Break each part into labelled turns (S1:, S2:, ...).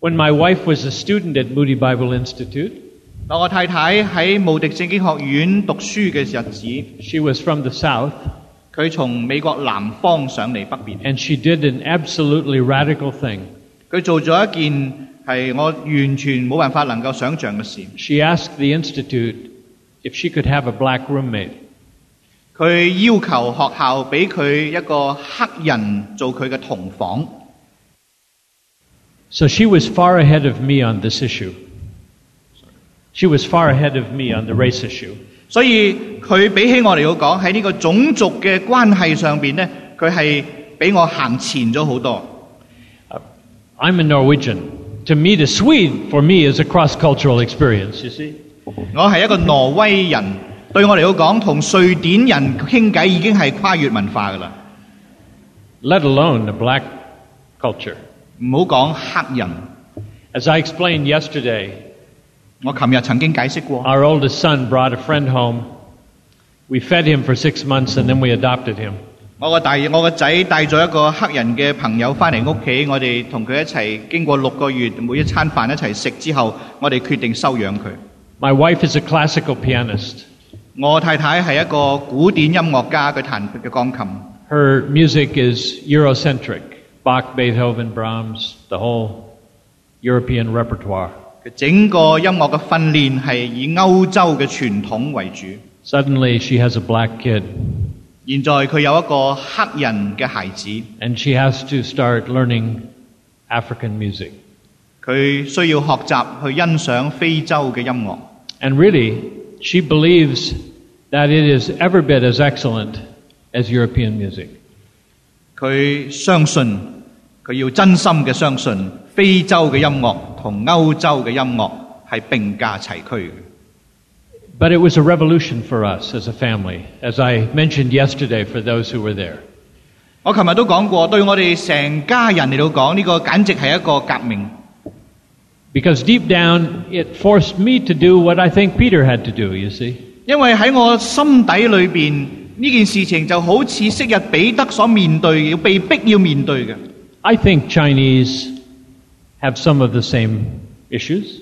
S1: When my wife was a student at Moody Bible Institute,
S2: 我太太喺慕迪聖經學院讀書嘅日子，
S1: she was from the South,
S2: 佢從美國南方上嚟北邊，
S1: and she did an absolutely radical thing.
S2: 佢做咗一件係我完全冇辦法能夠想像嘅事。
S1: She asked the Institute if she could have a black roommate.
S2: 佢要求學校俾佢一個黑人做佢嘅同房，
S1: So she was far ahead of me on this issue. She was far ahead of me on the race issue.
S2: 所以佢比起我嚟到講喺呢個種族嘅關係上邊呢，佢係比我行前咗好多。
S1: I'm a Norwegian. To meet a Swede, for me, is a cross cultural experience, you see.
S2: 我係一個挪威人，對我嚟到講，同瑞典人傾偈已經係跨越文化噶啦，
S1: let alone the black culture.
S2: 唔好講黑人。
S1: As I explained yesterday,
S2: 我琴日曾經解釋過，
S1: our oldest son brought a friend home. We fed him for six months and then we adopted him.
S2: 我個大我個仔帶咗一個黑人嘅朋友翻嚟屋企，我哋同佢一齊經過六個月，每一餐飯一齊食之後，我哋決定收養佢。
S1: My wife is a classical pianist.
S2: 我太太係一個古典音樂家，佢彈嘅鋼琴。
S1: Her music is Eurocentric Bach, Beethoven, Brahms, the whole European repertoire.
S2: 佢整個音樂嘅訓練係以歐洲嘅傳統為主。
S1: Suddenly, she has a black kid
S2: 現在佢有一個黑人嘅孩子，
S1: and she has to start learning African music.
S2: 佢需要學習去欣賞非洲嘅音樂。
S1: And really, she believes that it is every bit as excellent as European music.
S2: 佢相信，佢要真心嘅相信，非洲嘅音樂同歐洲嘅音樂係並駕齊驅嘅。
S1: But it was a revolution for us as a family, as I mentioned yesterday for those who were there.
S2: 我琴日都講過，對我哋成家人嚟到講，呢、個簡直係一個革命。
S1: Because deep down, it forced me to do what I think Peter had to do, you see.
S2: 因為喺我心底裏邊，呢件事情就好似昔日彼得所面對嘅，要被逼要面對嘅。
S1: I think Chinese have some of the same issues.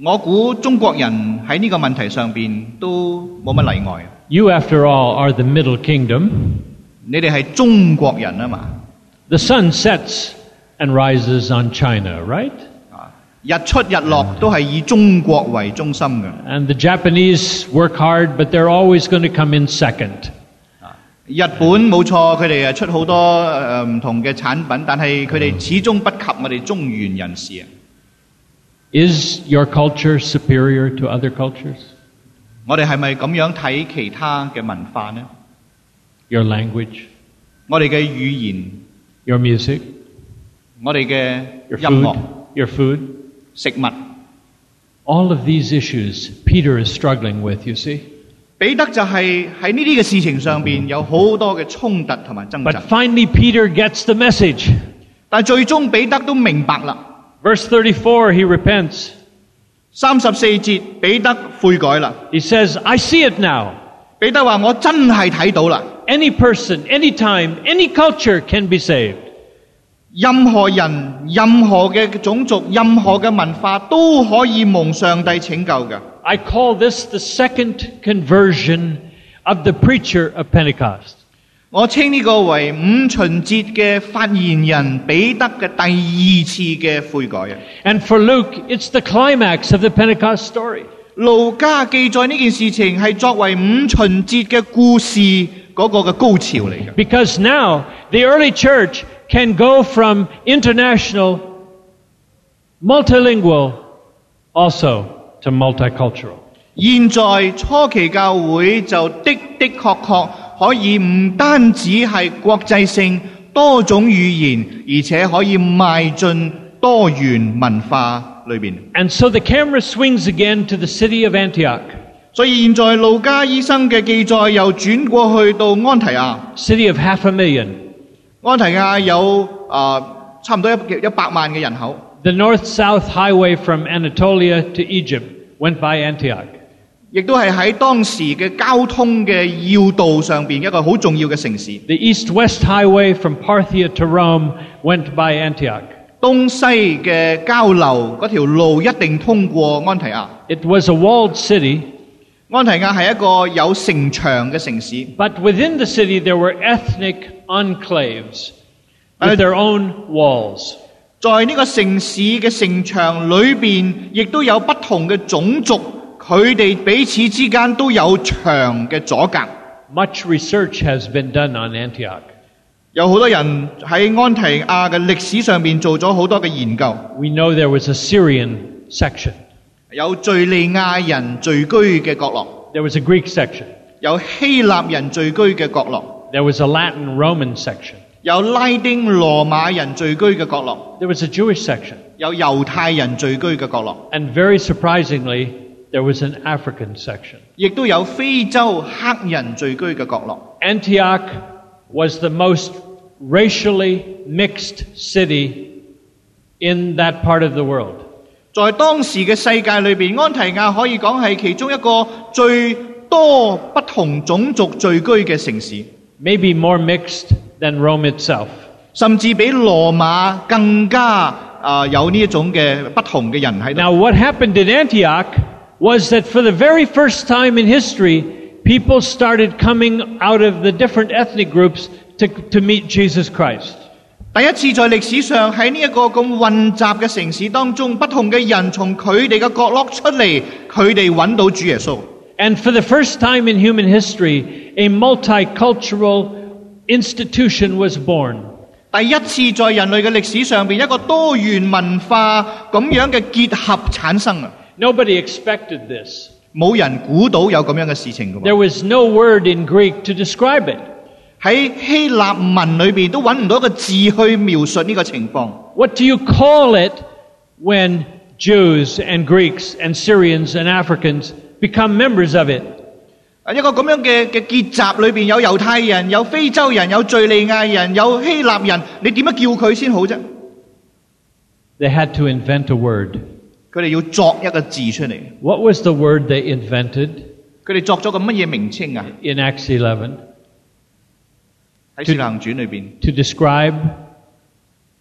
S2: 我估中國人喺呢個問題上邊都冇乜例外。
S1: You, after all, are the middle kingdom.
S2: 你哋係中國人啊嘛，
S1: The sun sets and rises on China, right?
S2: 啊日出日落都係以中國為中心嘅。
S1: And the Japanese work hard, but they're always going to come in second.
S2: 日本冇錯，佢哋啊出好多誒唔、同嘅產品，但係佢哋始終不及我哋中原人士啊！
S1: Is your culture superior to other cultures?
S2: 我哋係咪咁樣睇其他嘅文化呢？
S1: Your language,
S2: 我哋嘅語言，
S1: your music,
S2: 我哋嘅
S1: your
S2: 音樂、
S1: food, your food.
S2: 食物，
S1: All of these issues Peter is struggling with, you see.
S2: 彼得就係喺呢啲嘅事情上邊有好多嘅衝突同埋掙扎
S1: But，finally, Peter gets the message.
S2: 但係最終彼得都明白啦。
S1: Verse 34, he repents.
S2: 三十四節，彼得悔改啦。
S1: He says, I see it now.
S2: 彼得話：我真係睇到啦，
S1: Any person, any time, any culture can be saved.
S2: 任何人、任何嘅種族、任何嘅文化都可以蒙上帝拯救嘅。
S1: I call this the second conversion of the preacher of Pentecost.
S2: 我稱呢個為五旬節嘅發言人彼得嘅第二次嘅悔改啊！
S1: And for Luke, it's the climax of the Pentecost story.
S2: 路加記載呢件事情係作為五旬節嘅故事嗰個嘅高潮嚟嘅，
S1: Because now the early church can go from international, multilingual, also to multicultural.
S2: 現在初期教會就的的確確可以唔單止係國際性多種語言，而且可以邁進多元文化裏邊。
S1: And so the camera swings again to the city of Antioch,
S2: 所以現在路加醫生嘅記載又轉過去到安提亞。
S1: city of half a million.
S2: 安提亞有啊、差唔多一一百萬嘅人口，
S1: The north-south highway from Anatolia to Egypt went by Antioch.
S2: 亦都係喺當時嘅交通嘅要道上邊一個好重要嘅城市。
S1: The east-west highway from Parthia to Rome went by Antioch.
S2: 東東西嘅交流嗰條路一定通過安提亞。
S1: It was a walled city,
S2: 安提亞係一個有城牆嘅城市，
S1: but within the city there were ethnic enclaves
S2: Uh,
S1: with their own walls.
S2: 在呢個城市嘅城牆裏邊，亦都有不同嘅種族，佢哋彼此之間都有牆嘅阻隔。
S1: Much research has been done on Antioch.
S2: 有好多人喺安提亞嘅歷史上面做咗好多嘅研究，
S1: We know there was a Syrian section,
S2: 有敍利亞人聚居嘅角落，
S1: there was a Greek section,
S2: 有希臘人聚居嘅角落，
S1: there was a Latin Roman section,
S2: 有拉丁羅馬人聚居嘅角落，
S1: there was a Jewish section,
S2: 有猶太人聚居嘅角落，
S1: and very surprisingly, there was an African section.
S2: 亦都有非洲黑人聚居嘅角落。
S1: Antioch was the most racially mixed city in that part of the world.
S2: 在當時嘅世界裏邊，安提亞可以講係其中一個最多不同種族聚居嘅城市，
S1: Maybe more mixed than Rome itself.
S2: 甚至比羅馬更加啊、有呢一種嘅不同嘅人喺度。
S1: Now, what happened in Antioch was that for the very first time in history, people started coming out of the different ethnic groups to, to meet Jesus Christ.
S2: 第一次在歷史上喺呢一個咁混雜嘅城市當中，不同嘅人從佢哋嘅角落出嚟，佢哋揾到主耶穌。
S1: And for the first time in human history, a multicultural institution was born.
S2: 第一次在人類嘅歷史上邊，一個多元文化咁樣嘅結合產生啊！
S1: Nobody expected this.
S2: 冇人估到有咁樣嘅事情㗎喎
S1: There was no word in Greek to describe it.
S2: 喺希臘文裏邊都揾唔到一個字去描述呢個情況。
S1: What do you call it when Jews and Greeks and Syrians and Africans become members of it?
S2: 啊一個咁樣嘅嘅結集裏邊有猶太人、有非洲人、有敍利亞人、有希臘人，你點樣叫佢先好啫？
S1: They had to invent a word.
S2: 佢哋要作一個字出嚟，
S1: What was the word they invented
S2: 佢哋作咗個乜嘢名稱啊？
S1: in Acts 11
S2: 喺《使徒行傳》裏邊，
S1: to describe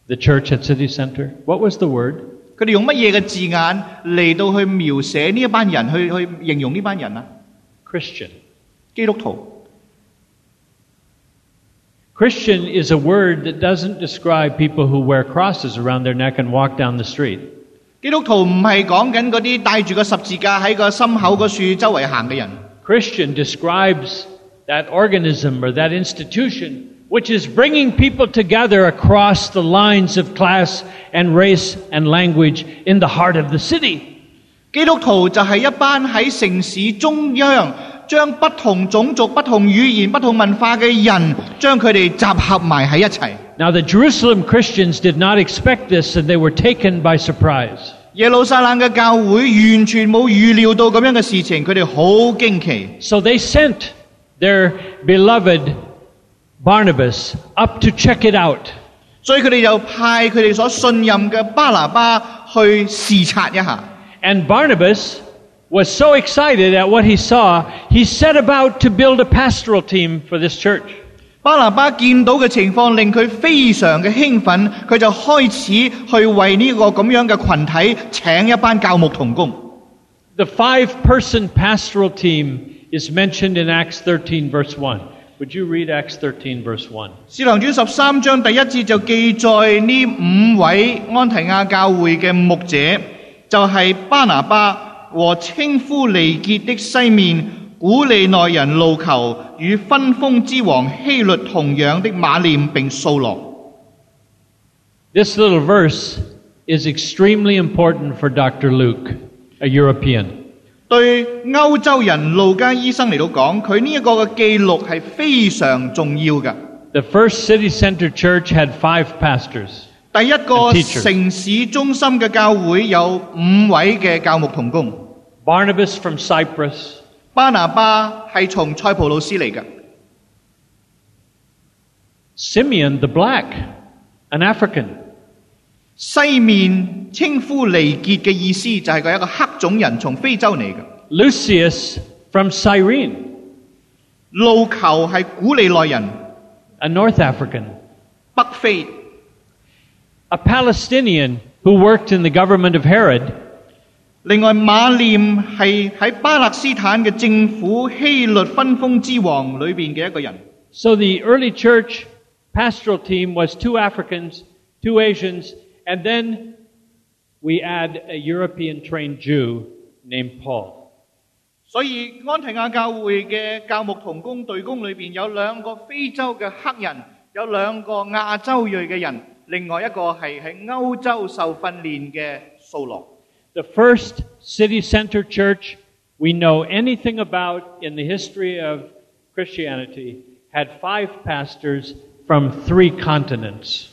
S1: the church at City Center? What was the word?
S2: 佢哋用乜嘢嘅字眼嚟到去描寫呢一班人，去去形容呢班人啊？
S1: Christian.
S2: 基督徒
S1: Christian is a word that doesn't describe people who wear crosses around their neck and walk down the street.
S2: 基督徒唔係講緊嗰啲帶住個十字架喺個心口嗰處周圍行嘅人。
S1: Christian describes that organism or that institution which is bringing people together across the lines of class and race and language in the heart of the city.
S2: 基督徒就係一班喺城市中央，將不同種族、不同語言、不同文化嘅人，將佢哋集合埋喺一齊。
S1: Now, the Jerusalem Christians did not expect this and they were taken by surprise.
S2: 耶路撒冷嘅教會完全冇預料到咁樣嘅事情，佢哋好驚奇，
S1: So they sent their beloved Barnabas up to check it out.
S2: 所以佢哋就派佢哋所信任嘅巴拿巴去視察一下。
S1: And Barnabas was so excited at what he saw, he set about to build a pastoral team for this church.
S2: 巴拿巴見到嘅情況令佢非常嘅興奮，佢就開始去為呢個咁樣嘅群體請一班教牧同工。
S1: The five person pastoral team is mentioned in Acts 13, verse 1. Would you read Acts 13, verse 1?
S2: 使徒行傳十三章第一節就記載呢五位安提亞教會嘅牧者，就係、巴拿巴和稱呼利結的西面古利奈人路求與分封之王希律同樣的馬念並掃羅。
S1: This little verse is extremely important for Dr. Luke, a European.
S2: 對歐洲人路加醫生嚟到講，佢呢一個嘅記錄係非常重要嘅。
S1: The first city center church had five pastors.
S2: 第一
S1: And
S2: 個
S1: teacher.
S2: 城市中心嘅教會有五位嘅教牧同工。
S1: Barnabas from Cyprus,
S2: 巴拿巴係從塞浦路斯嚟嘅，
S1: Simeon the Black, an African,
S2: 西面稱呼利結嘅意思就係佢一個黑種人從非洲嚟嘅。
S1: Lucius from Cyrene,
S2: 路球係古利奈人，
S1: a North African,
S2: 北非。
S1: a a Palestinian who worked in the government of Herod.
S2: 另外，馬念係喺巴勒斯坦嘅政府希律分封之王裏邊嘅一個人。
S1: So the early church pastoral team was two Africans, two Asians, and then we add a European trained Jew named Paul.
S2: 所以安提亞教會嘅教牧同工隊工裏邊有兩個非洲嘅黑人，有兩個亞洲裔嘅人，另外一個係喺歐洲受訓練嘅掃羅。
S1: The first city center church we know anything about in the history of Christianity had five pastors from three continents.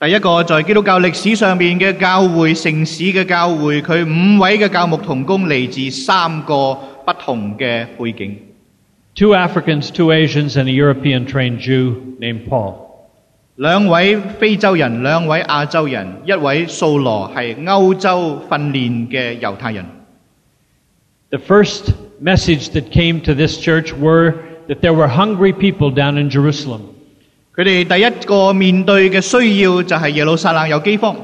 S2: 第一個在基督教歷史上面嘅教會城市嘅教會，佢五位嘅教牧同工嚟自三個不同嘅背景。
S1: Two Africans, two Asians, and a European trained Jew named Paul.
S2: 兩位非洲人，兩位亞洲人，一位掃羅係歐洲訓練嘅猶太人。
S1: The first message that came to this church were that there were hungry people down in Jerusalem.
S2: 佢哋第一個面對嘅需要就係耶路撒冷有饑荒，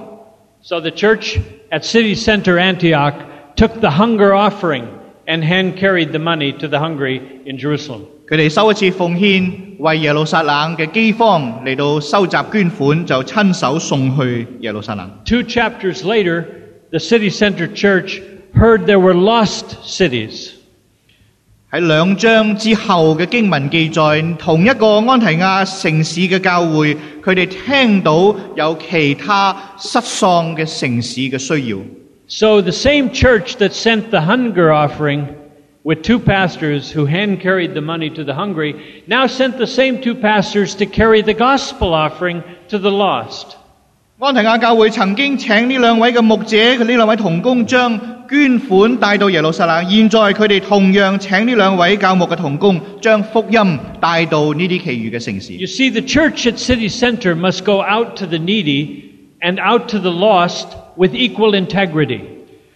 S1: So the church at city center Antioch took the hunger offering and hand carried the money to the hungry in Jerusalem.
S2: 佢哋收一次奉獻，為耶路撒冷嘅饑荒嚟到收集捐款，就親手送去耶路撒冷。
S1: Two chapters later, the city center church heard there were lost cities.
S2: 喺兩章之後嘅經文記載，同一個安提亞城市嘅教會，佢哋聽到有其他失喪嘅城市嘅需要。
S1: So the same church that sent the hunger offering with two pastors who hand carried the money to the hungry now sent the same two pastors to carry the gospel offering to the lost.
S2: 安提亞教會曾經請呢兩位嘅牧者，佢呢兩位童工將捐款帶到耶路撒冷。現在佢哋同樣請呢兩位教牧嘅童工，將福音帶到呢啲其餘嘅城市。
S1: You see, the church at city center must go out to the needy and out to the lost with equal integrity.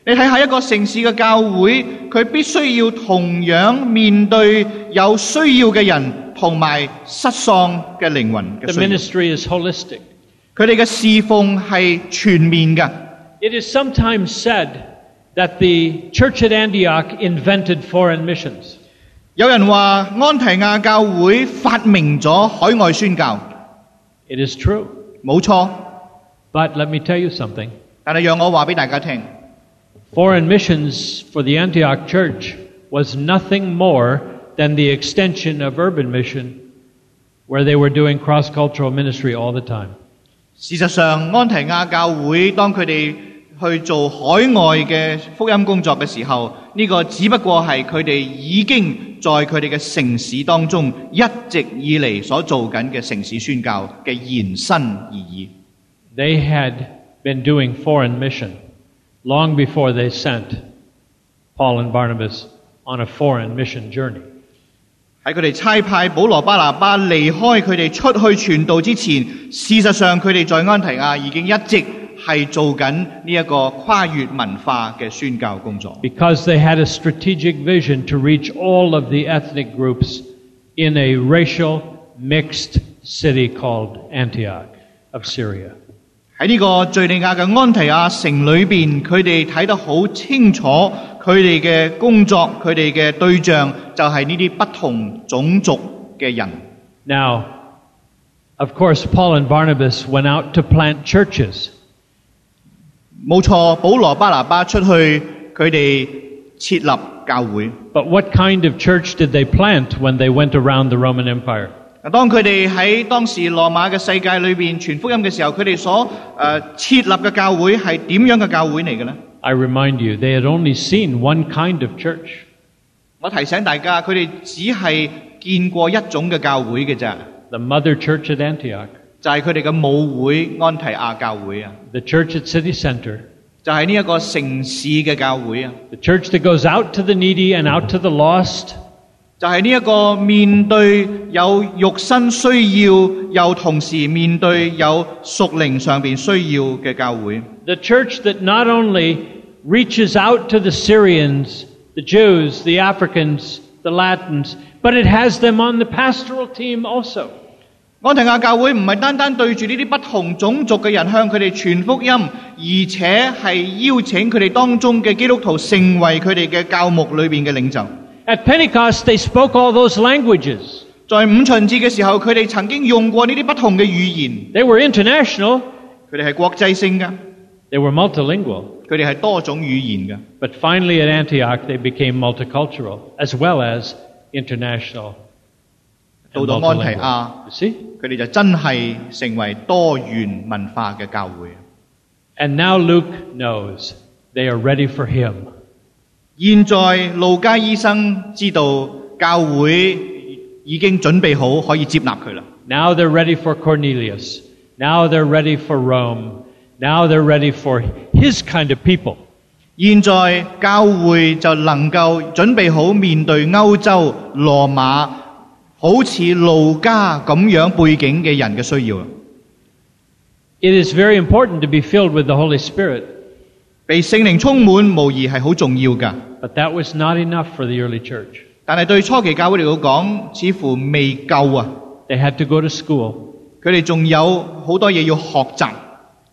S2: 你睇下一個城市嘅教會，佢必須要同樣面對有需要嘅人同埋失喪嘅靈魂嘅
S1: The
S2: 需要。
S1: ministry is holistic.
S2: 佢哋嘅侍奉係全面嘅。
S1: It is sometimes said that the church at Antioch invented foreign missions.
S2: 有人話安提亞教會發明咗海外宣教，
S1: It is true.
S2: 冇錯。
S1: But let me tell you something
S2: 但係讓我話俾大家聽，
S1: foreign missions for the Antioch church was nothing more than the extension of urban mission, where they were doing cross cultural ministry all the time.
S2: 事實上安提亞教會當佢哋去做海外嘅福音工作嘅時候，呢、個只不過係佢哋已經在佢哋嘅城市當中一直以嚟所做緊嘅城市宣教嘅延伸而已。
S1: They had been doing foreign mission long before they sent Paul and Barnabas on a foreign mission journey.
S2: 喺佢哋差派保羅巴拿巴離開佢哋出去傳道之前，事實上佢哋在安提亞已經一直係做緊呢一個跨越文化嘅宣教工作。
S1: because they had a strategic vision to reach all of the ethnic groups in a racial mixed city called Antioch of Syria.
S2: 喺呢個敍利亞嘅安提亞城裏邊，佢哋睇得好清楚，佢哋嘅工作，佢哋嘅對象就係呢啲不同種族嘅人。
S1: Now, of course, Paul and Barnabas went out to plant churches,
S2: 冇錯，保羅巴拿巴出去，佢哋設立教會。
S1: but what kind of church did they plant when they went around the Roman Empire?
S2: 嗱，當佢哋喺當時羅馬嘅世界裏邊傳福音嘅時候，佢哋所誒、呃設立嘅教會係點樣嘅教會嚟嘅呢？
S1: I remind you, they had only seen one kind of church.
S2: 我提醒大家，佢哋只係見過一種嘅教會嘅咋，
S1: The mother church at Antioch,
S2: 就係佢哋嘅母會安提亞教會啊。
S1: the church at city center,
S2: 就係呢一個城市嘅教會啊，
S1: the church that goes out to the needy and out to the lost,
S2: 就係呢一個面對有肉身需要，又同時面對有屬靈上邊需要嘅教會。
S1: The church that not only reaches out to the Syrians, the Jews, the Africans, the Latins, but it has them on the pastoral team also.
S2: 安提亞教會唔係單單對住呢啲不同種族嘅人向佢哋傳福音，而且係邀請佢哋當中嘅基督徒成為佢哋嘅教牧裏邊嘅領袖。
S1: At Pentecost, they spoke all those languages.
S2: 在五旬節嘅時候，佢哋曾經用過呢啲不同嘅語言，
S1: They were international,
S2: 佢哋係國際性嘅，
S1: they were multilingual.
S2: 佢哋係多種語言
S1: But finally, at Antioch, they became multicultural as well as international.
S2: 嘅。到
S1: and
S2: 到安提亞，
S1: multilingual. You see?
S2: 佢哋就真係成為多元文化嘅教會。
S1: And now Luke knows they are ready for him.
S2: 現在路加醫生知道教會已經準備好可以接納佢啦。
S1: Now they're ready for Cornelius. Now they're ready for Rome. Now they're ready for his kind of people.
S2: 現在教會就能夠準備好面對歐洲、羅馬，好似路加咁樣背景嘅人嘅需要啦。
S1: It is very important to be filled with the Holy Spirit,
S2: 被聖靈充滿，無疑係好重要㗎。
S1: but that was not enough for the early church.
S2: 但係對初期教會嚟講，似乎未夠啊！
S1: They had to go to school
S2: 佢哋仲有好多嘢要學習，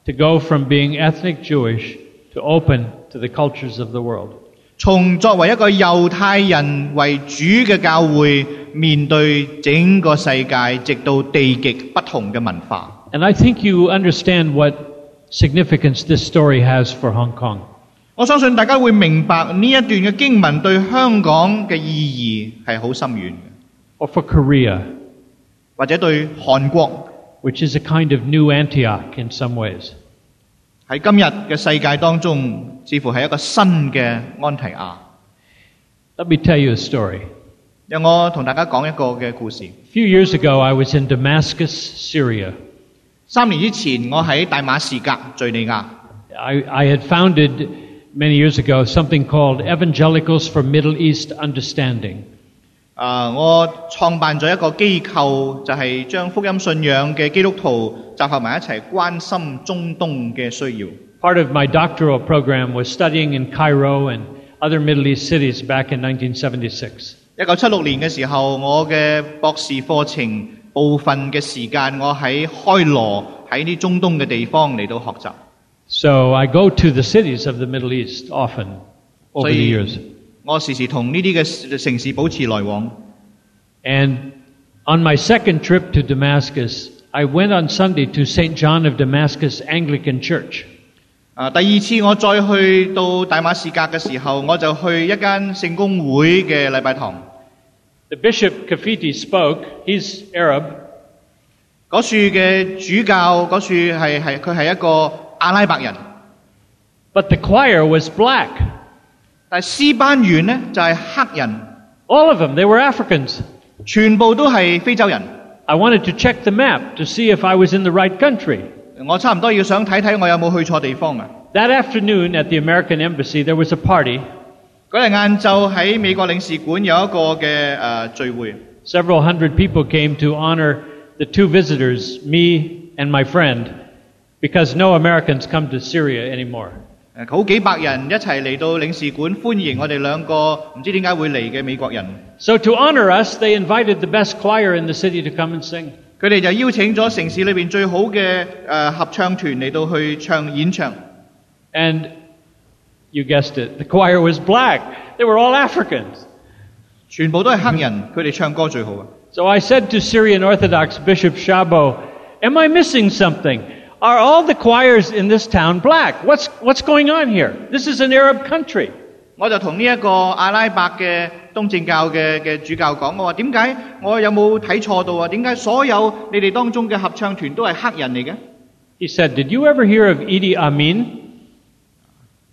S1: to go from being ethnic Jewish to open to the cultures of the world.
S2: 從作為一個猶太人為主嘅教會，面對整個世界，直到地極不同嘅文化。
S1: And I think you understand what significance this story has for Hong Kong.
S2: 我相信大家會明白呢一段嘅經文對香港嘅意義係好深遠嘅，
S1: or for Korea,
S2: 或者對韓國
S1: which is a kind of new Antioch in some ways.
S2: 喺今日嘅世界當中，似乎係一個新嘅安提亞。
S1: Let me tell you a story.
S2: 讓我同大家講一個嘅故事。
S1: A few years ago, I was in Damascus, Syria.
S2: 三年之前，我喺大馬士革敍利亞，
S1: I, I had founded many years ago something called Evangelicals for Middle East Understanding.
S2: 啊、我創辦咗一個機構，就係、將福音信仰嘅基督徒集合埋一齊，關心中東嘅需要。
S1: Part of my doctoral program was studying in Cairo and other Middle East cities back in 1976.
S2: 一九七六年嘅時候，我嘅博士課程部分嘅時間，我喺開羅喺啲中東嘅地方嚟到學習。
S1: So I go to the cities of the Middle East often over the
S2: So you-
S1: years.
S2: 我時時同呢啲嘅城市保持來往。
S1: And on my second trip to Damascus, I went on Sunday to St. John of Damascus Anglican Church.
S2: 啊，第二次我再去到大馬士革嘅時候，我就去一間聖公會嘅禮拜堂。
S1: The Bishop Kafiti spoke. He's Arab.
S2: 嗰處嘅主教，嗰處係係佢係一個阿拉伯人，
S1: But the choir was black.
S2: 但係詩班員呢，就係、黑人，
S1: All of them. They were Africans.
S2: 全部都係非洲人。
S1: I wanted to check the map to see if I was in the right country.
S2: 我差唔多要想睇睇我有冇去錯地方啊！
S1: That afternoon at the American Embassy, there was a party.
S2: 嗰日晏晝喺美國領事館有一個嘅誒、呃聚會，
S1: Several hundred people came to honor the two visitors, me and my friend, because no Americans come to Syria anymore.
S2: 誒好幾百人一齊嚟到領事館歡迎我哋兩個唔知點解會嚟嘅美國人。
S1: So to honor us, they invited the best choir in the city to come and sing.
S2: 佢哋就邀請咗城市裏邊最好嘅誒、呃合唱團嚟到去唱演唱。
S1: And you guessed it, the choir was black. They were all Africans.
S2: 全部都係黑人，佢哋唱歌最好啊！
S1: So I said to Syrian Orthodox Bishop Shabo, Am I missing something? Are all the choirs in this town black? What's, what's going on here? This is an Arab country.
S2: 我就同呢一個阿拉伯嘅東正教嘅嘅主教講，我話點解我有冇睇錯到啊？點解所有你哋當中嘅合唱團都係黑人嚟嘅？
S1: He said, Did you ever hear of Idi Amin?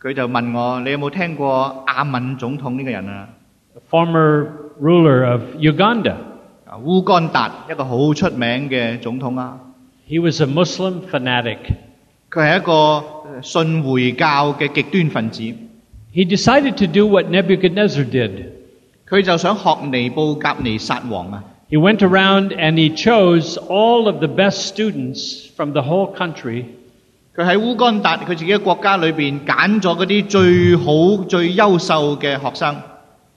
S2: 佢就問我：你有冇聽過阿敏總統呢個人啊？
S1: the former ruler of Uganda?
S2: 啊，烏干達一個好出名嘅總統啊！
S1: He was a Muslim fanatic.
S2: 佢係一個呃信回教嘅極端分子，
S1: He decided to do what Nebuchadnezzar did.
S2: 佢就想學尼布甲尼撒王啊！
S1: He went around and he chose all of the best students from the whole country
S2: 佢喺烏干達佢自己嘅國家裏邊揀咗嗰啲最好、最優秀嘅學生。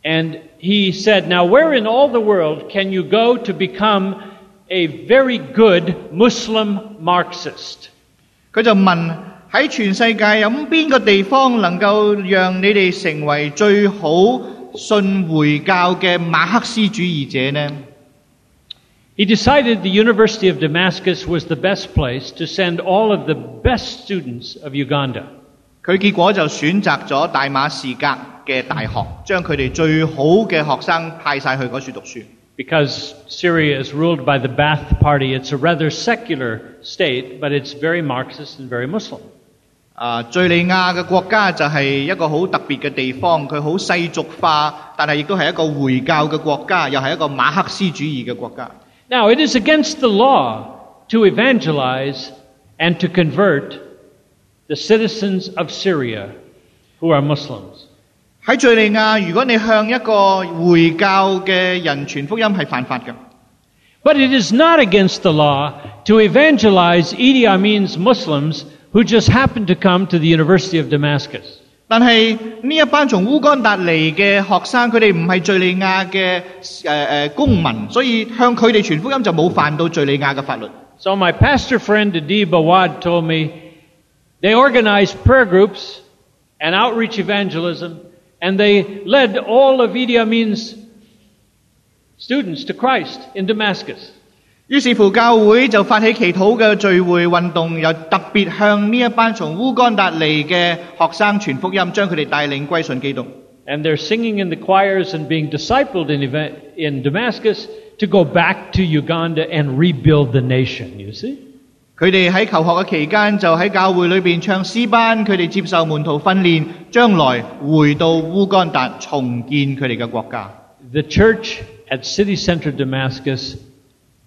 S1: And he said, Now, where in all the world can you go to become a very good Muslim Marxist.
S2: 佢就問喺全世界有邊個地方能夠讓你哋成為最好信回教嘅馬克思主義者呢？
S1: He decided the University of Damascus was the best place to send all of the best students of Uganda.
S2: 佢結果就選擇咗大馬士革嘅大學，將佢哋最好嘅學生派晒去嗰處讀書。
S1: Because Syria is ruled by the Ba'ath Party, it's a rather secular state, but it's very Marxist and very Muslim.
S2: 啊，敍利亞嘅國家就係一個好特別嘅地方，佢好世俗化，但係亦都係一個回教嘅國家，又係一個馬克思主義嘅國家。
S1: Now, it is against the law to evangelize and to convert the citizens of Syria who are Muslims.
S2: 喺敍利亞，如果你向一個回教嘅人傳福音係犯法嘅，
S1: But it is not against the law to evangelize Idi Amin's Muslims who just happened to come to the University of Damascus.
S2: 但係呢一班從烏干達嚟嘅學生，佢哋唔係敍利亞嘅誒誒公民，所以向佢哋傳福音就冇犯到敍利亞嘅法律。
S1: So my pastor friend Adib Awad told me they organized prayer groups and outreach evangelism, and they led all of Idi Amin's students to Christ in Damascus.
S2: 於是乎，教會就發起祈禱嘅聚會運動，又特別向呢一班從烏干達嚟嘅學生傳福音，將佢哋帶領歸信基督。
S1: And they're singing in the choirs and being discipled in, Eva- in Damascus to go back to Uganda and rebuild the nation, you see?
S2: 佢哋喺求學嘅期間，就喺教會裏邊唱詩班，佢哋接受門徒訓練，將來回到烏干達重建佢哋嘅國家。
S1: The church at city center Damascus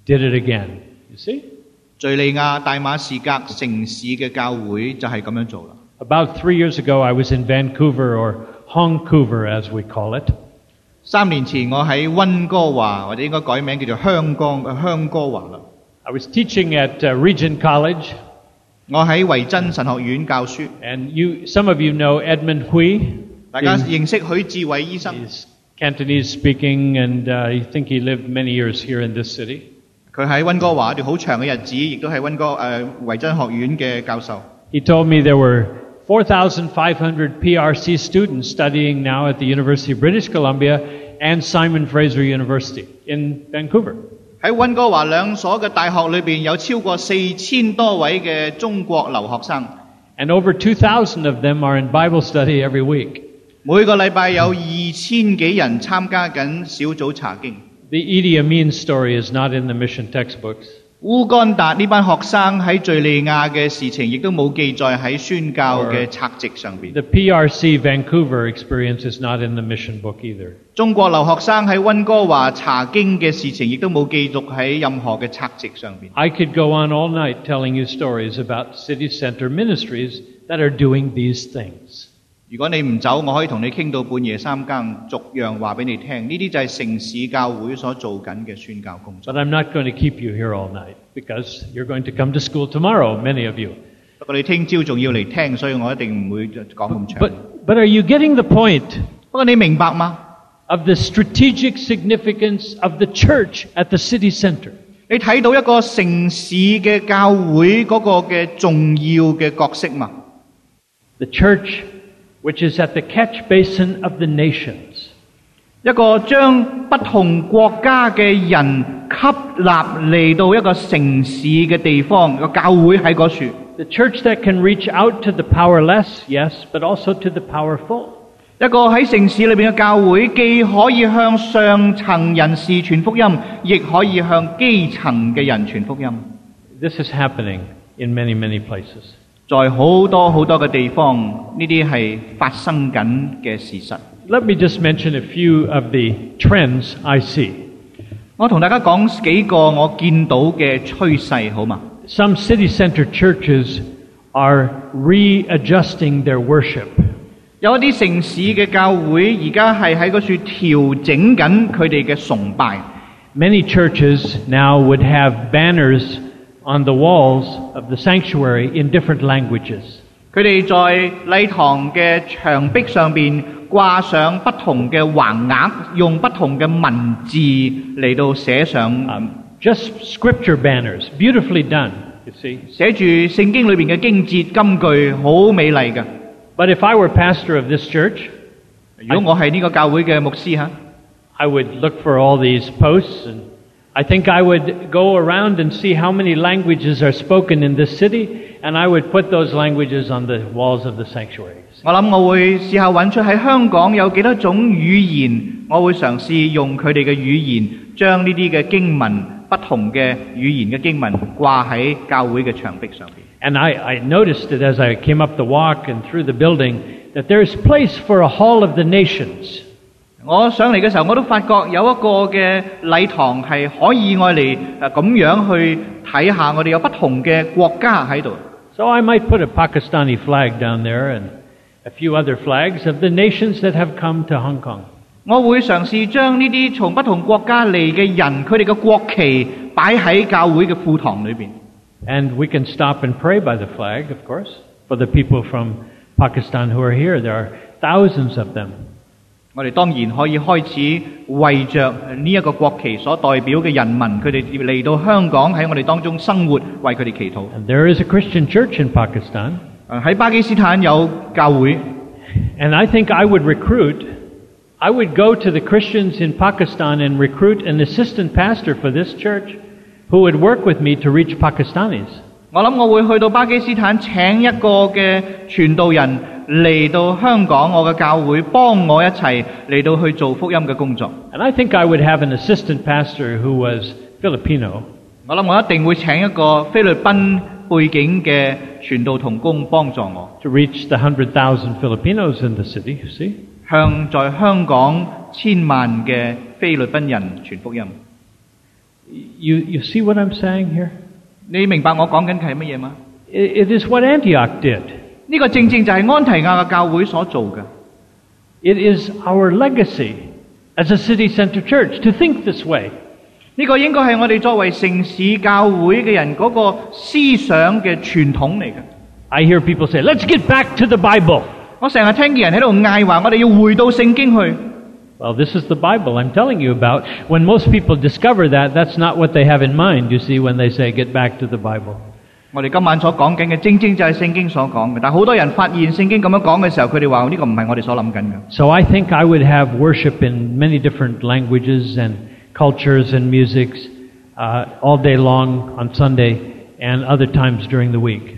S1: did it again, you see?
S2: 敍利亞大馬士革城市嘅教會就係咁樣做啦。
S1: About three years ago, I was in Vancouver or Hongcouver, as we call it.
S2: 三年前我喺温哥華，或者應該改名叫做香港呃香哥華啦。
S1: I was teaching at uh, Regent College,
S2: 我喺維珍神學院教書，
S1: and you, some of you know Edmund Hui.
S2: 大家認識許志偉醫生，
S1: He's Cantonese speaking, and uh, I think he lived many years here in this city.
S2: 佢喺温哥華一段好長嘅日子，亦都係温哥誒、呃、維珍學院嘅教授。
S1: He told me there were 4,500 PRC students studying now at the University of British Columbia and Simon Fraser University in Vancouver.
S2: 喺温哥華兩所嘅大學裏邊，有超過四千多位嘅中國留學生，
S1: And over 2,000 of them are in Bible study every week.
S2: 每個禮拜有二千幾人參加緊小組查經。
S1: The Idi Amin story is not in the mission textbooks.
S2: 烏干達呢班學生喺敍利亞嘅事情，亦都冇記載喺宣教嘅冊籍上邊。
S1: The PRC Vancouver experience is not in the mission book either.
S2: 中國留學生喺温哥華查經嘅事情，亦都冇記錄喺任何嘅冊籍上邊。
S1: I could go on all night telling you stories about city center ministries that are doing these things.
S2: 如果你唔走，我可以同你傾到半夜三更，逐樣話俾你聽。呢啲就係城市教會所做緊嘅宣教工作。
S1: But I'm not going to keep you here all night because you're going to come to school tomorrow, many of you.
S2: 不過你聽朝仲要嚟聽，所以我一定唔會講咁長。不
S1: But, but are you getting the point
S2: 過你明白嗎？
S1: of the strategic significance of the church at the city center?
S2: 你睇到一個城市嘅教會嗰個嘅重要嘅角色嘛？
S1: The church, which is at the catch basin of the nations.
S2: 一個將不同國家嘅人吸納嚟到一個城市嘅地方，個教會喺嗰處，
S1: The church that can reach out to the powerless, yes, but also to the powerful.
S2: 一個喺城市裏邊嘅教會，既可以向上層人士傳福音，亦可以向基層嘅人傳福音。
S1: This is happening in many, many places.
S2: 在好多好多嘅地方，呢啲係發生緊嘅事實。
S1: Let me just mention a few of the trends I see.
S2: 我同大家講幾個我見到嘅趨勢，好嘛？
S1: Some city center churches are readjusting their worship.
S2: 有一啲城市嘅教會而家係喺嗰處調整緊佢哋嘅崇拜。
S1: Many churches now would have banners on the walls of the sanctuary in different languages.
S2: 佢哋在禮堂嘅牆壁上邊掛上不同嘅橫額，用不同嘅文字嚟到寫上嗯
S1: Um, Just scripture banners, beautifully done, you see.
S2: 寫住聖經裏邊嘅經節金句，好美麗嘅。
S1: But if I were pastor of this church,
S2: 如果我係呢個教會嘅牧師嚇，
S1: I would look for all these posts and I think I would go around and see how many languages are spoken in this city and I would put those languages on the walls of the sanctuary.
S2: 我諗我會試下揾出喺香港有幾多種語言，我會嘗試用佢哋嘅語言，將呢啲嘅經文不同嘅語言嘅經文掛喺教會嘅牆壁上邊。
S1: And I, I noticed it as I came up the walk and through the building that there is place for a hall of the nations.
S2: 我上嚟嘅時候，我都發覺有一個嘅禮堂係可以我嚟誒咁樣去睇下，我哋有不同嘅國家喺度。
S1: So I might put a Pakistani flag down there and a few other flags of the nations that have come to Hong Kong.
S2: 我會嘗試將呢啲從不同國家嚟嘅人，佢哋嘅國旗擺喺教會嘅庫堂裏邊。
S1: And we can stop and pray by the flag, of course, for the people from Pakistan who are here. There are thousands of them.
S2: 我哋當然可以開始為着呢一個國旗所代表嘅人民，佢哋嚟到香港喺我哋當中生活，為佢哋祈禱。
S1: And there is a Christian church in Pakistan.
S2: 呃喺巴基斯坦有教會，
S1: And I think I would recruit, I would go to the Christians in Pakistan and recruit an assistant pastor for this church who would work with me to reach Pakistanis.
S2: 我諗我會去到巴基斯坦請一個嘅傳道人嚟到香港我嘅教會，幫我一齊嚟到去做福音嘅工作。
S1: And I think I would have an assistant pastor who was Filipino.
S2: 我諗我一定會請一個菲律賓背景嘅傳道同工幫助我，
S1: to reach the 100,000 Filipinos in the city, you see.
S2: 向在香港千萬嘅菲律賓人傳福音。
S1: You, you see what I'm saying here?
S2: 你明白我講緊係乜嘢嗎？
S1: It, it is what Antioch did.
S2: 呢個正正就係安提亞嘅教會所做嘅。
S1: It is our legacy as a city center church to think this way.
S2: 呢個應該係我哋作為城市教會嘅人嗰個思想嘅傳統嚟嘅。
S1: I hear people say, let's get back to the Bible.
S2: 我成日聽見人喺度嗌話，我哋要回到聖經去。
S1: Well, this is the Bible I'm telling you about. When most people discover that, that's not what they have in mind, you see, when they say get back to the Bible.
S2: 我哋今晚所講緊嘅，正正就係聖經所講嘅。但好多人發現聖經咁樣講嘅時候，佢哋話呢個唔係我哋所諗緊嘅。
S1: So I think I would have worship in many different languages and cultures and musics uh, all day long on Sunday and other times during the week.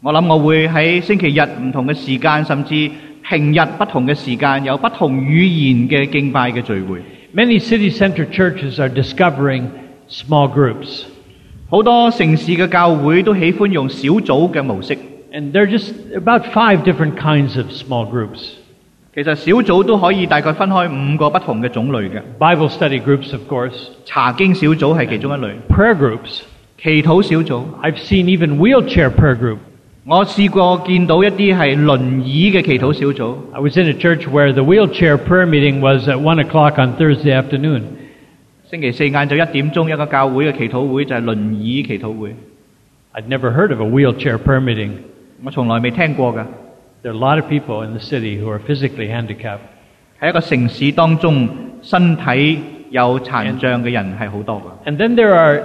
S2: 我諗我會喺星期日唔同嘅時間，甚至平日不同嘅時間，有不同語言嘅敬拜嘅聚會。
S1: Many city center churches are discovering small groups,
S2: 好多城市嘅教會都喜歡用小組嘅模式。
S1: and there are just about five different kinds of small groups.
S2: 其實小組都可以大概分開五個不同嘅種類嘅。
S1: Bible study groups, of course,
S2: 查經小組係其中一類，
S1: prayer groups.
S2: 祈禱小組。
S1: I've seen even wheelchair prayer group.
S2: 我試過見到一啲係輪椅嘅祈禱小組。
S1: I was in a church where the wheelchair prayer meeting was at one o'clock on Thursday afternoon.
S2: 星期四晏晝一點鐘一個教會嘅祈禱會就係輪椅祈禱會，
S1: I'd never heard of a wheelchair prayer meeting.
S2: 我從來未聽過㗎。
S1: There are a lot of people in the city who are physically handicapped.
S2: 喺一個城市當中，身體有殘障嘅人係好多㗎。
S1: And then there are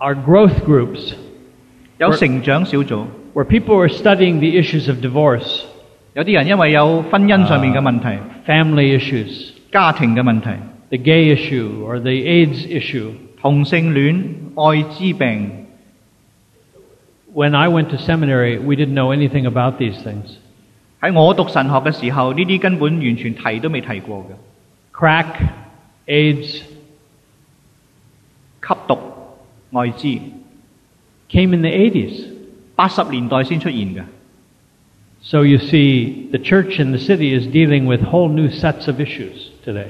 S1: our growth groups
S2: 有成長小組，
S1: where people are studying the issues of divorce,
S2: 有啲人因為有婚姻上面嘅問題、
S1: family issues,
S2: 家庭嘅問題、
S1: the gay issue or the AIDS issue.
S2: 同性戀、愛滋病。
S1: When I went to seminary, we didn't know anything about these things.
S2: 喺我讀神學嘅時候，呢啲根本完全提都未提過
S1: Crack, AIDS
S2: 嘅。吸毒、愛滋，
S1: came in the 80s.
S2: 八十年代先出現嘅。
S1: So you see, the church in the city is dealing with whole new sets of issues today.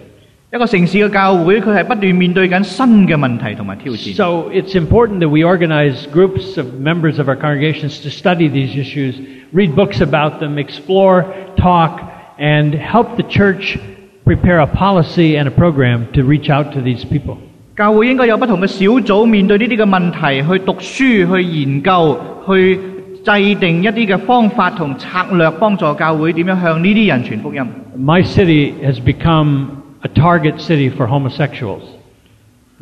S2: 一個城市嘅教會，佢係不斷面對緊新嘅問題同埋挑戰。
S1: So it's important that we organize groups of members of our congregations to study these issues, read books about them, explore, talk, and help the church prepare a policy and a program to reach out to these people.
S2: 教會應該有不同嘅小組面對呢啲嘅問題，去讀書、去研究、去制定一啲嘅方法同策略，幫助教會點樣向呢啲人傳福音。
S1: My city has become a target city for homosexuals.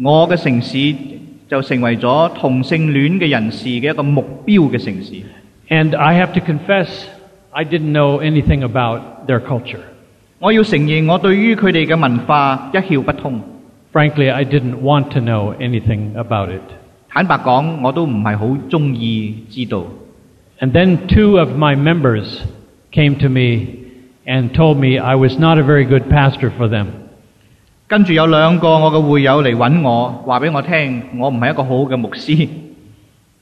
S2: 我嘅城市就成為咗同性戀嘅人士嘅一個目標嘅城市。
S1: And I have to confess, I didn't know anything about their culture.
S2: 我要承認，我對於佢哋嘅文化一竅不通。
S1: Frankly, I didn't want to know anything about it.
S2: 坦白講，我都唔係好中意知道。
S1: And then two of my members came to me and told me I was not a very good pastor for them.
S2: 跟住有兩個我嘅會友嚟揾我，話俾我聽，我唔係一個好嘅牧師。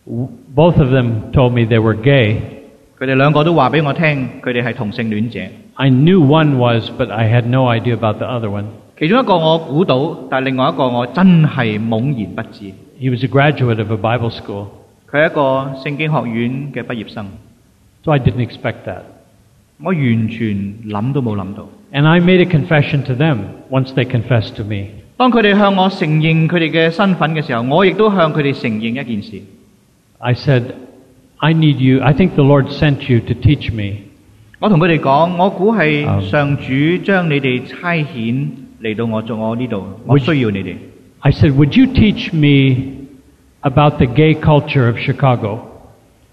S1: W- Both of them told me they were gay.
S2: 佢哋兩個都話俾我聽，佢哋係同性戀者。
S1: I knew one was, but I had no idea about the other one.
S2: 其中一個我估到，但係另外一個我真係懵然不知。
S1: He was a graduate of a Bible school,
S2: 佢係一個聖經學院嘅畢業生，
S1: so I didn't expect that.
S2: 我完全諗都冇諗到。
S1: And I made a confession to them once they confessed to me.
S2: 當佢哋向我承認佢哋嘅身份嘅時候，我亦都向佢哋承認一件事。
S1: I said, I need you. I think the Lord sent you to teach me.
S2: 我同佢哋講，我估係
S1: 嗯
S2: 上主將你哋差遣嚟到我做我呢度，我
S1: 會
S2: 需要你哋。
S1: I said, Would you teach me about the gay culture of Chicago?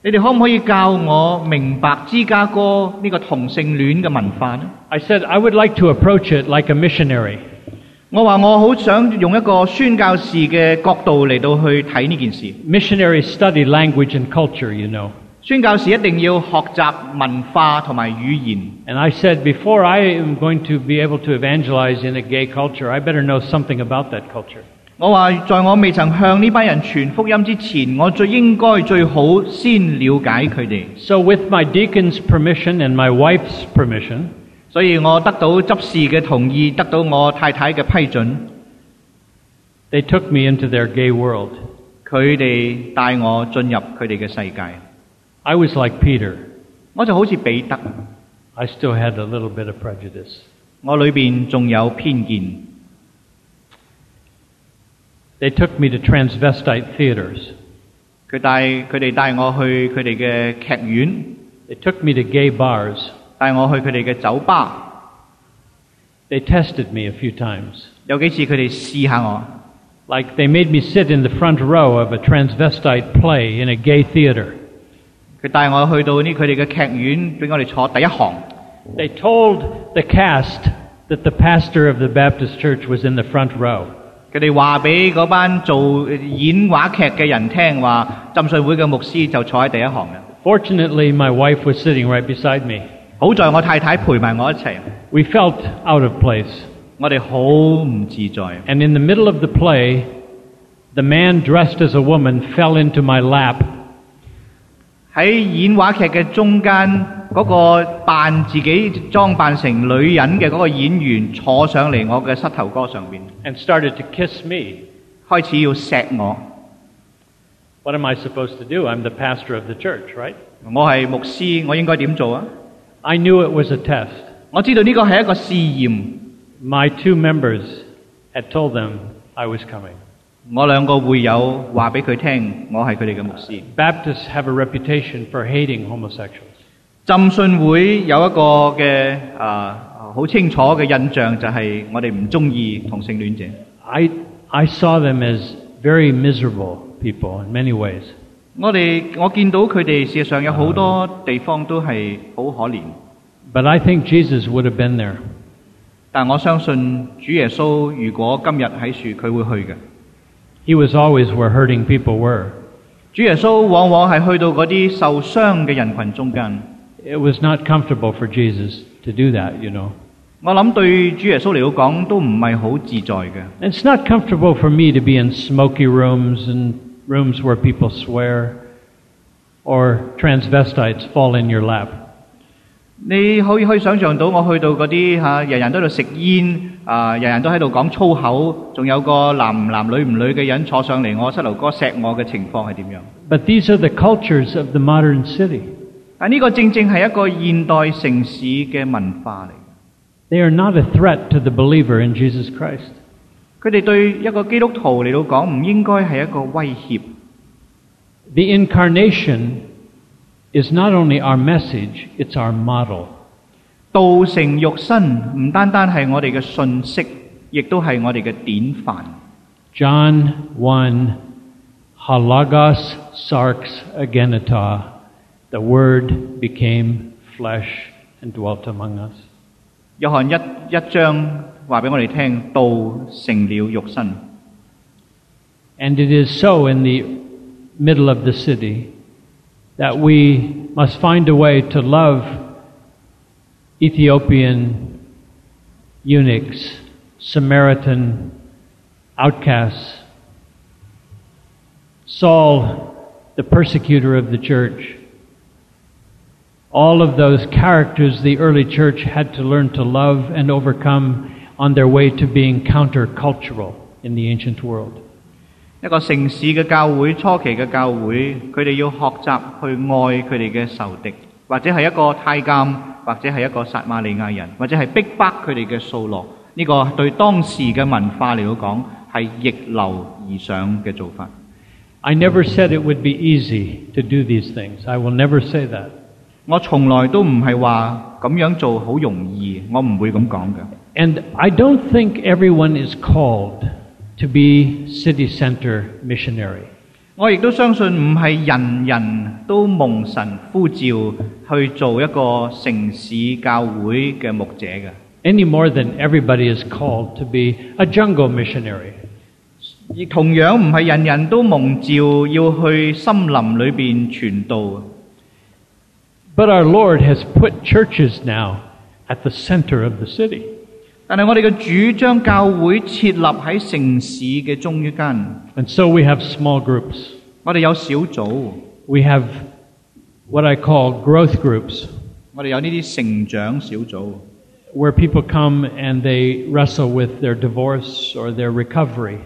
S2: 你哋可唔可以教我明白芝加哥呢個同性戀嘅文化呢？
S1: I said, I would like to approach it like a missionary.
S2: 我話我好想用一個宣教士嘅角度嚟到去睇呢件事。
S1: Missionaries study language and culture, you know.
S2: 宣教士一定要學習文化同埋語言。
S1: And I said, before I am going to be able to evangelize in a gay culture, I better know something about that culture.
S2: 我話在我未曾向呢班人傳福音之前，我最應該最好先了解佢哋。
S1: So, with my deacon's permission and my wife's permission,
S2: 所以我得到執事嘅同意，得到我太太嘅批准，
S1: they took me into their gay world.
S2: 佢哋帶我進入佢哋嘅世界。
S1: I was like Peter.
S2: 我就好似彼得，
S1: I still had a little bit of prejudice.
S2: 我裏邊仲有偏見。
S1: They took me to transvestite theaters.
S2: 佢帶佢哋帶我去佢哋嘅劇院，
S1: They took me to gay bars.
S2: 帶我去佢哋嘅酒吧，
S1: They tested me a few times.
S2: 有幾次佢哋試下我。
S1: Like they made me sit in the front row of a transvestite play in a gay theater.
S2: 佢帶我去到呢佢哋嘅劇院，俾我哋坐第一行。
S1: They told the cast that the pastor of the Baptist church was in the front row.
S2: 佢哋話俾嗰班做演話劇嘅人聽話，浸信會嘅牧師就坐喺第一行嘅。
S1: Fortunately, my wife was sitting right beside me.
S2: 好在我太太陪埋我一齊，
S1: We felt out of place.
S2: 我哋好唔自在。
S1: And in the middle of the play, the man dressed as a woman fell into my lap.
S2: 喺演話劇嘅中間，嗰、個扮自己裝扮成女人嘅嗰個演員坐上嚟我嘅膝頭哥上邊，
S1: and started to kiss me.
S2: 開始要錫我。
S1: What am I supposed to do? I'm the pastor of the church, right?
S2: 我係牧師，我應該點做啊？
S1: I knew it was a test.
S2: 我知道呢個係一個試驗。
S1: My two members had told them I was coming.
S2: 我兩個會友話俾佢聽，我係佢哋嘅牧師。
S1: Baptists have a reputation for hating homosexuals.
S2: 浸信會有一個嘅啊好清楚嘅印象，就係我哋唔中意同性戀者。
S1: I, I saw them as very miserable people in many ways.
S2: 我哋我見到佢哋事實上有好多地方都係好可憐，
S1: But I think Jesus would have been there.
S2: 但我相信主耶穌如果今日喺樹，佢會去嘅。
S1: He was always where hurting people were.
S2: 主耶穌往往係去到嗰啲受傷嘅人群中間。
S1: It was not comfortable for Jesus to do that, you know.
S2: 我諗對主耶穌嚟講都唔係好自在嘅。
S1: It's not comfortable for me to be in smoky rooms and rooms where people swear or transvestites fall in your lap.
S2: 你可以可以想象到，我去到嗰啲嚇，人人都喺度食煙，啊，人人都喺度講粗口，仲有個男唔男女唔女嘅人坐上嚟，我膝頭哥錫我嘅情況係點樣？
S1: But these are the cultures of the modern city.
S2: 但呢個正正係一個現代城市嘅文化嚟。
S1: They are not a threat to the believer in Jesus Christ.
S2: 佢哋對一個基督徒嚟到講，唔應該係一個威脅。
S1: The incarnation is not only our message, it's our model.
S2: 道成肉身唔單單係我哋嘅信息，亦都係我哋嘅典範。
S1: John 1, halagos sarx agenita, the word became flesh and dwelt among us.
S2: 约翰一一章話俾我哋聽，道成了肉身。
S1: And it is so in the middle of the city that we must find a way to love Ethiopian eunuchs, Samaritan outcasts, Saul, the persecutor of the church. All of those characters the early church had to learn to love and overcome on their way to being countercultural in the ancient world.
S2: 一個城市嘅教會，初期嘅教會，佢哋要學習去愛佢哋嘅仇敵，或者係一個太監，或者係一個撒瑪利亞人，或者係逼迫佢哋嘅掃羅。呢、個對當時嘅文化嚟到講係逆流而上嘅做法。
S1: I never said it would be easy to do these things. I will never say that.
S2: 我從來都唔係話咁樣做好容易，我唔會咁講嘅。
S1: And I don't think everyone is called to be city center missionary.
S2: 我亦都相信唔係人人都蒙神呼召去做一個城市教會嘅牧者嘅。
S1: Any more than everybody is called to be a jungle missionary.
S2: 亦同樣唔係人人都蒙召要去森林裏邊傳道，
S1: But our Lord has put churches now at the center of the city.
S2: 但係我哋嘅主將教會設立喺城市嘅中間，
S1: And so we have small groups.
S2: 我哋有小組，
S1: We have what I call growth groups,
S2: 我哋有呢啲成長小組，
S1: where people come and they wrestle with their divorce or their recovery.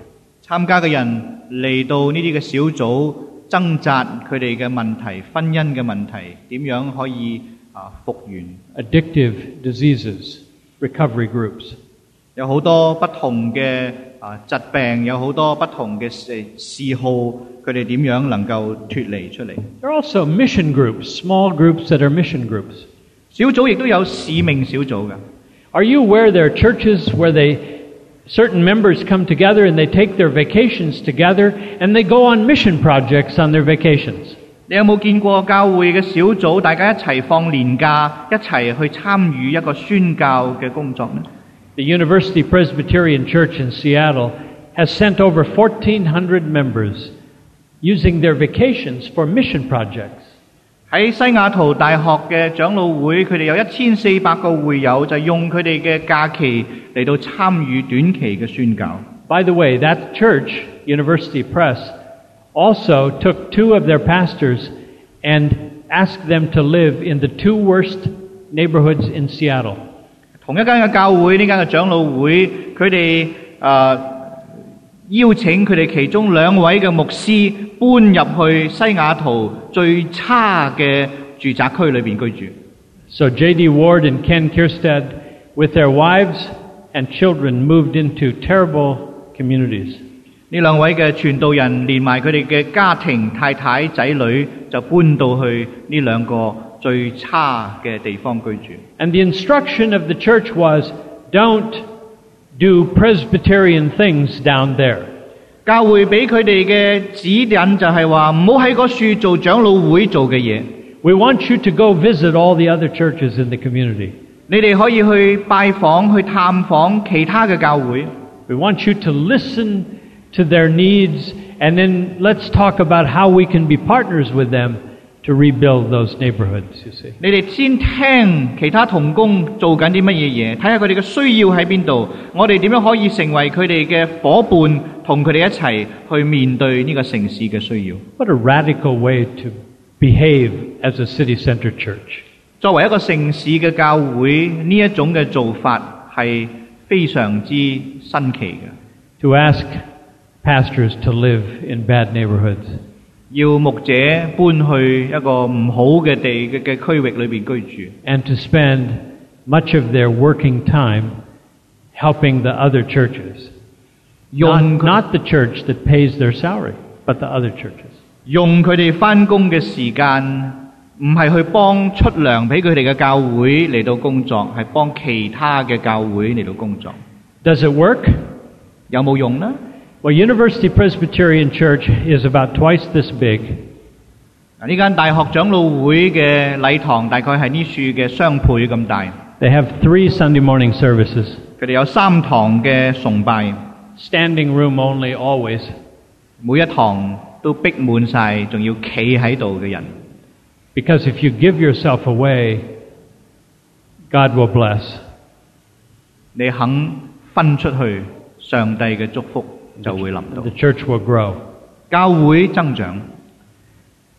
S2: 參加嘅人嚟到呢啲嘅小組，掙扎佢哋嘅問題、婚姻嘅問題，點樣可以啊復原？
S1: addictive diseases, recovery groups.
S2: 有好多不同嘅啊疾病，有好多不同嘅嗜嗜好，佢哋點樣能夠脱離出嚟？
S1: There are also mission groups, small groups that are mission groups.
S2: 小組亦都有使命小組嘅。
S1: Are you aware there are churches where they certain members come together and they take their vacations together and they go on mission projects on their vacations?
S2: 你有冇見過教會嘅小組，大家一齊放年假，一齊去參與一個宣教嘅工作呢？
S1: The University Presbyterian Church in Seattle has sent over 1400 members using their vacations for mission projects.
S2: 喺西雅圖大學嘅長老會，佢哋有一千四百個會友，就用佢哋嘅假期嚟到參與短期嘅宣教。
S1: By the way, that church, University Press, also took two of their pastors and asked them to live in the two worst neighborhoods in Seattle.
S2: 同一間嘅教會，呢間嘅長老會，佢哋誒邀請佢哋其中兩位嘅牧師搬入去西雅圖最差嘅住宅區裏邊居住。
S1: So J.D. Ward and Ken Kirstead, with their wives and children, moved into terrible communities.
S2: 呢兩位嘅傳道人連埋佢哋嘅家庭、太太、仔女，就搬到去呢兩個最差嘅地方居住。
S1: And the instruction of the church was don't do Presbyterian things down there.
S2: 教會俾佢哋嘅指引就係話，唔好喺嗰樹做長老會做嘅嘢。
S1: We want you to go visit all the other churches in the community.
S2: 你哋可以去拜訪、去探訪其他嘅教會。
S1: We want you to listen to their needs, and then let's talk about how we can be partners with them to rebuild those neighborhoods, you see.
S2: 你哋先聽其他同工做緊啲乜嘢嘢，睇下佢哋嘅需要喺邊度，我哋點樣可以成為佢哋嘅伙伴，同佢哋一齊去面對呢個城市嘅需要。
S1: What a radical way to behave as a city center church.
S2: 作為一個城市嘅教會，呢一種嘅做法係非常之新奇嘅。
S1: To ask pastors to live in bad neighborhoods.
S2: 要牧者搬去一個唔好嘅地嘅嘅區域裏邊居住，
S1: and to spend much of their working time helping the other churches. Not,
S2: 用佢
S1: not the church that pays their salary, but the other churches.
S2: 用佢哋翻工嘅時間，唔係去幫出糧俾佢哋嘅教會嚟到工作，係幫其他嘅教會嚟到工作，
S1: Does it work?
S2: 有冇用呢？
S1: Well, University Presbyterian Church is about twice this big,
S2: 嗱，呢間大學長老會嘅禮堂大概係呢樹嘅雙倍咁大，佢
S1: they have three Sunday morning services,
S2: 哋有三堂嘅崇拜，
S1: standing room only, always.
S2: 每一堂都逼滿晒，仲要企喺度嘅人。
S1: Because if you give yourself away, God will bless.
S2: 你肯分出去，上帝嘅祝福就會臨到，
S1: The church will grow.
S2: 教會增長。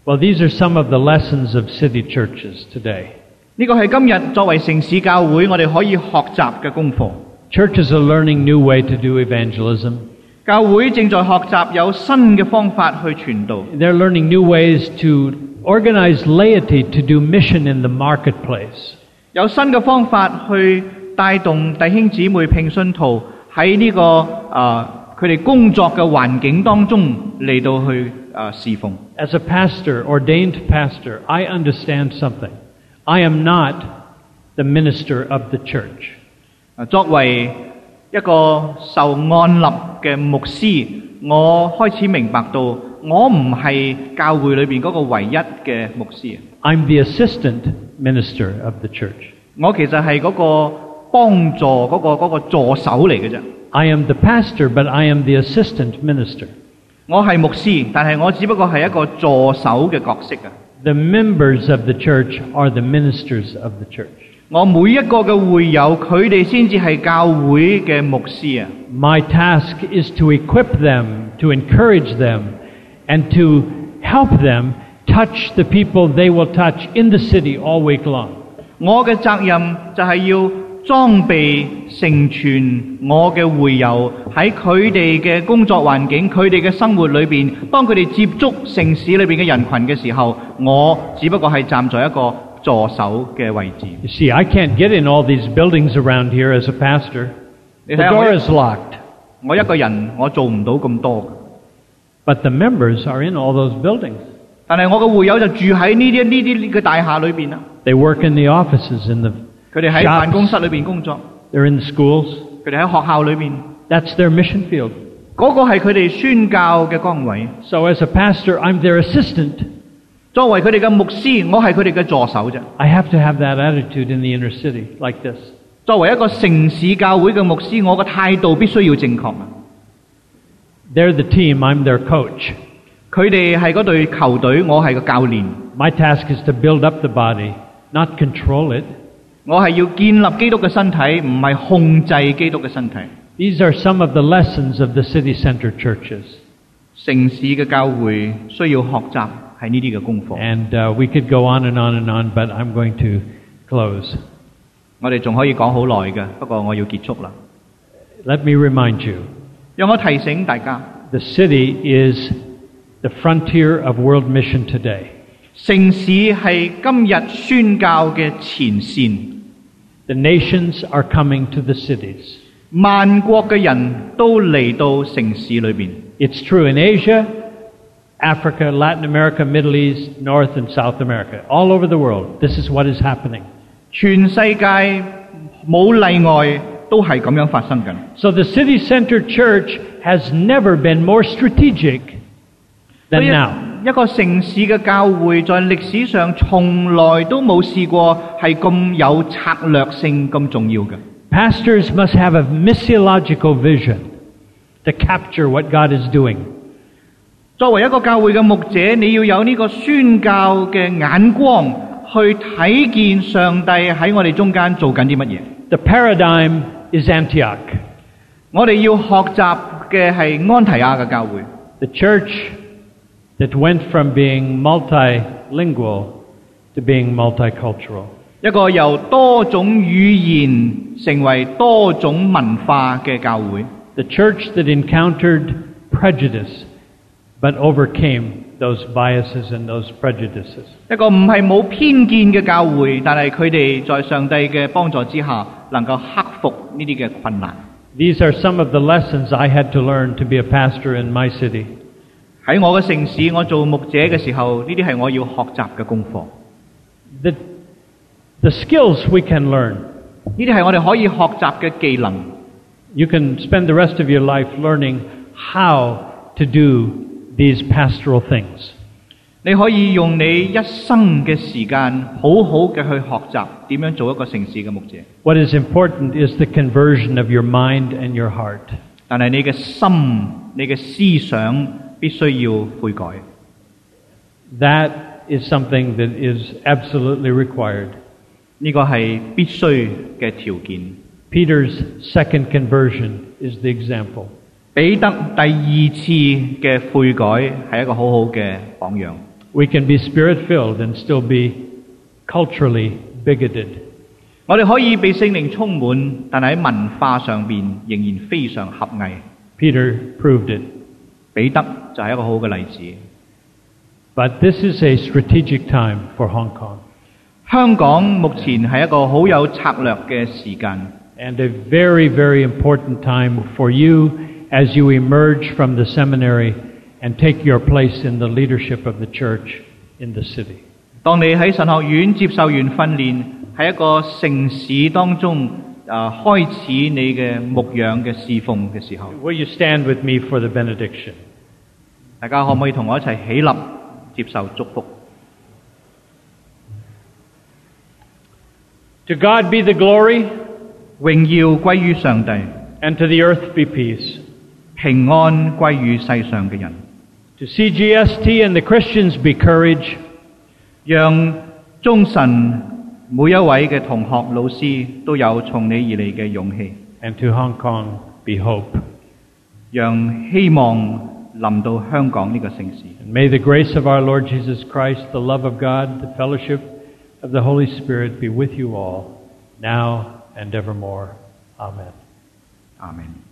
S1: Well, these are some of the lessons of city churches today.
S2: 呢個係今日作為城市教會，我哋可以學習嘅功課。
S1: Churches are learning new way to do evangelism.
S2: 教會正在學習有新嘅方法去傳道，
S1: They're learning new ways to organize laity to do mission in the marketplace.
S2: 有新嘅方法去帶動弟兄姊妹聘信徒喺呢、個啊佢哋工作嘅環境當中嚟到去啊、侍奉。
S1: As a pastor, ordained pastor, I understand something. I am not the minister of the church.
S2: 啊作為一個受按立嘅牧師，我開始明白到我唔係教會裏邊嗰個唯一嘅牧師，
S1: I'm the assistant minister of the church.
S2: 我其實係嗰個幫助嗰、個嗰、個助手嚟嘅啫。
S1: I am the pastor, but I am the assistant minister.
S2: 我係牧師，但係我只不過係一個助手嘅角色啊！
S1: The members of the church are the ministers of the church.
S2: 我每一個嘅會友，佢哋先至係教會嘅牧師啊！
S1: My task is to equip them, to encourage them, and to help them touch the people they will touch in the city all week long.
S2: 我嘅責任就係要裝備成全我嘅會友喺佢哋嘅工作環境、佢哋嘅生活裏邊，當佢哋接觸城市裏邊嘅人群嘅時候，我只不過係站在一個助手嘅位置。
S1: You see, I can't get in all these buildings around here as a pastor. The
S2: Is that
S1: door
S2: what-
S1: is locked.
S2: 我一個人我做唔到咁多，
S1: But the members are in all those buildings.
S2: 但係我嘅會友就住喺呢啲呢啲嘅大廈裏邊啦。
S1: They work in the offices, in the
S2: 佢哋喺
S1: Jobs
S2: 辦公室裏邊工作，
S1: they're in the schools.
S2: 佢哋喺學校裏邊，
S1: That's their mission field.
S2: 嗰、個係佢哋宣教嘅崗位。
S1: So as a pastor, I'm their assistant.
S2: 作為佢哋嘅牧師，我係佢哋嘅助手啫。
S1: I have to have that attitude in the inner city, like this.
S2: 作為一個城市教會嘅牧師，我嘅態度必須要正確。啊
S1: They're the team, I'm their coach.
S2: 佢哋係嗰隊球隊，我係個教練，
S1: My task is to build up the body, not control it.
S2: 我係要建立基督嘅身體，唔係控制基督嘅身體。
S1: These are some of the lessons of the city center churches.
S2: 城市嘅教會需要學習係呢啲嘅功課。
S1: And uh, we could go on and on and on, but I'm going to close.
S2: 我哋仲可以講好耐嘅，不過我要結束啦。
S1: Let me remind you
S2: 讓我提醒大家，
S1: the city is the frontier of world mission today.
S2: 城市係今日宣教嘅前線。
S1: The nations are coming to the cities.
S2: 萬國嘅人都嚟到城市裏邊，
S1: It's true in Asia, Africa, Latin America, Middle East, North and South America. All over the world, this is what is happening.
S2: 全世界冇例外都係咁樣發生緊。
S1: So the city center church has never been more strategic
S2: 所
S1: than
S2: 以
S1: now.
S2: 一個城市嘅教會在歷史上從來都冇試過係咁有策略性咁重要嘅。
S1: Pastors must have a missiological vision to capture what God is doing.
S2: 作為一個教會嘅牧者，你要有呢個宣教嘅眼光去睇見上帝喺我哋中間做緊啲乜嘢。
S1: The paradigm is Antioch.
S2: 我哋要學習嘅係安提亞嘅教會。
S1: The church that went from being multilingual to being multicultural.
S2: 一個由多種語言成為多種文化嘅教會，
S1: The church that encountered prejudice but overcame those biases and those prejudices.
S2: 一個唔係冇偏見嘅教會，但係佢哋在上帝嘅幫助之下，能夠克服呢啲嘅困難。
S1: These are some of the lessons I had to learn to be a pastor in my city.
S2: 喺我嘅城市，我做牧者嘅時候，呢啲係我要學習嘅功課。
S1: The, the skills we can learn,
S2: 呢啲係我哋可以學習嘅技能。
S1: you can spend the rest of your life learning how to do these pastoral things.
S2: 你可以用你一生嘅時間，好好嘅去學習點樣做一個城市嘅牧者。
S1: What is important is the conversion of your mind and your heart.
S2: 但係你嘅心、你嘅思想必須要悔改，
S1: That is something that is absolutely required.
S2: 呢個係必須嘅條件。
S1: Peter's second conversion is the example.
S2: 彼得第二次嘅悔改係一個好好嘅榜樣。
S1: We can be spirit filled and still be culturally bigoted.
S2: 我哋可以被聖靈充滿，但係喺文化上邊仍然非常狹隘。
S1: Peter proved it.
S2: 彼得就係一個好好嘅例子。
S1: But this is a strategic time for Hong Kong
S2: 香港目前係一個好有策略嘅時間。
S1: and a very, very important time for you as you emerge from the seminary and take your place in the leadership of the church in the city.
S2: 當你喺神學院接受完訓練，喺一個城市當中啊、開始你嘅牧養嘅侍奉嘅時候，
S1: Will you stand with me for the benediction?
S2: 大家可唔可以同我一齊起立接受祝福？
S1: To God be the glory,
S2: 榮耀歸於上帝，
S1: and to the earth be peace.
S2: 平安歸於世上嘅人，
S1: To CGST and the Christians be courage,
S2: 讓忠神每一位嘅同學老師都有從你而嚟嘅勇氣，
S1: and to Hong Kong be hope.
S2: 讓希望臨到香港呢個城市。
S1: And may the grace of our Lord Jesus Christ, the love of God, the fellowship of the Holy Spirit be with you all, now and evermore. Amen.
S2: 阿明。